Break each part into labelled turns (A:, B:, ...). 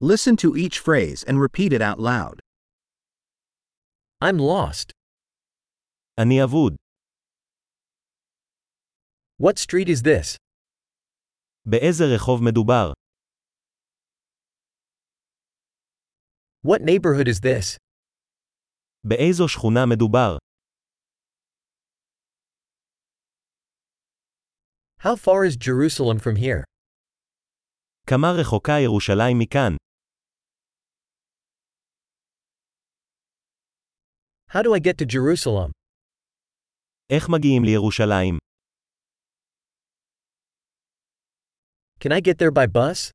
A: Listen to each phrase and repeat it out loud.
B: I'm lost.
C: אני אבוד.
B: What street is this?
C: באיזה רחוב מדובר?
B: What neighborhood is this?
C: באיזו שכונה מדובר?
B: How far is Jerusalem from here?
C: כמה רחוקה ירושלים מכאן?
B: How do I get to Jerusalem?
C: איך מגיעים לירושלים?
B: Can I get there by bus?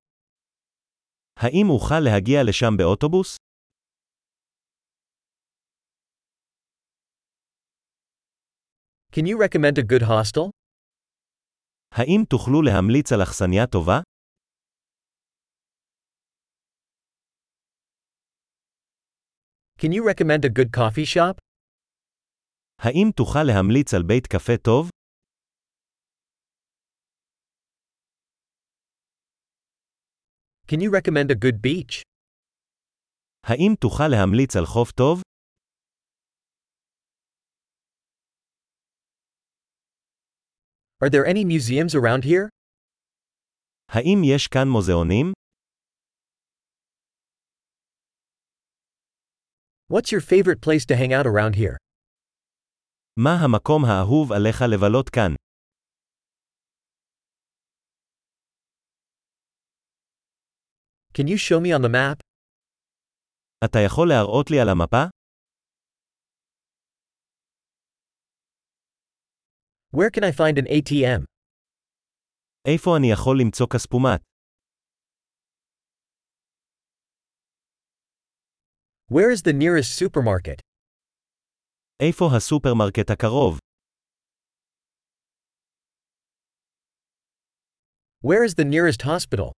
C: האם אוכל להגיע לשם באוטובוס?
B: Can you recommend a good hostel?
C: האם תוכלו להמליץ על אכסניה טובה?
B: Can you recommend a good coffee shop?
C: האם תוכל להמליץ על בית קפה טוב?
B: Can you recommend a good beach?
C: האם תוכל להמליץ על חוף טוב?
B: Are there any museums around here?
C: האם יש כאן מוזיאונים?
B: What's your favorite place to hang out around here?
C: מה המקום האהוב עליך לבלות כאן?
B: Can you show me on the map?
C: אתה יכול להראות לי על המפה?
B: Where can I find an ATM?
C: איפה אני יכול למצוא כספומט?
B: Where is the nearest supermarket?
C: איפה הסופרמרקט הקרוב?
B: Where is the nearest hospital?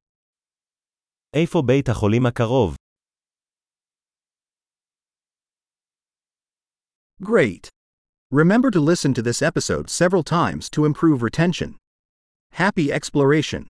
C: איפה בית החולים הקרוב?
A: Great! Remember to listen to this episode several times to improve retention. Happy exploration!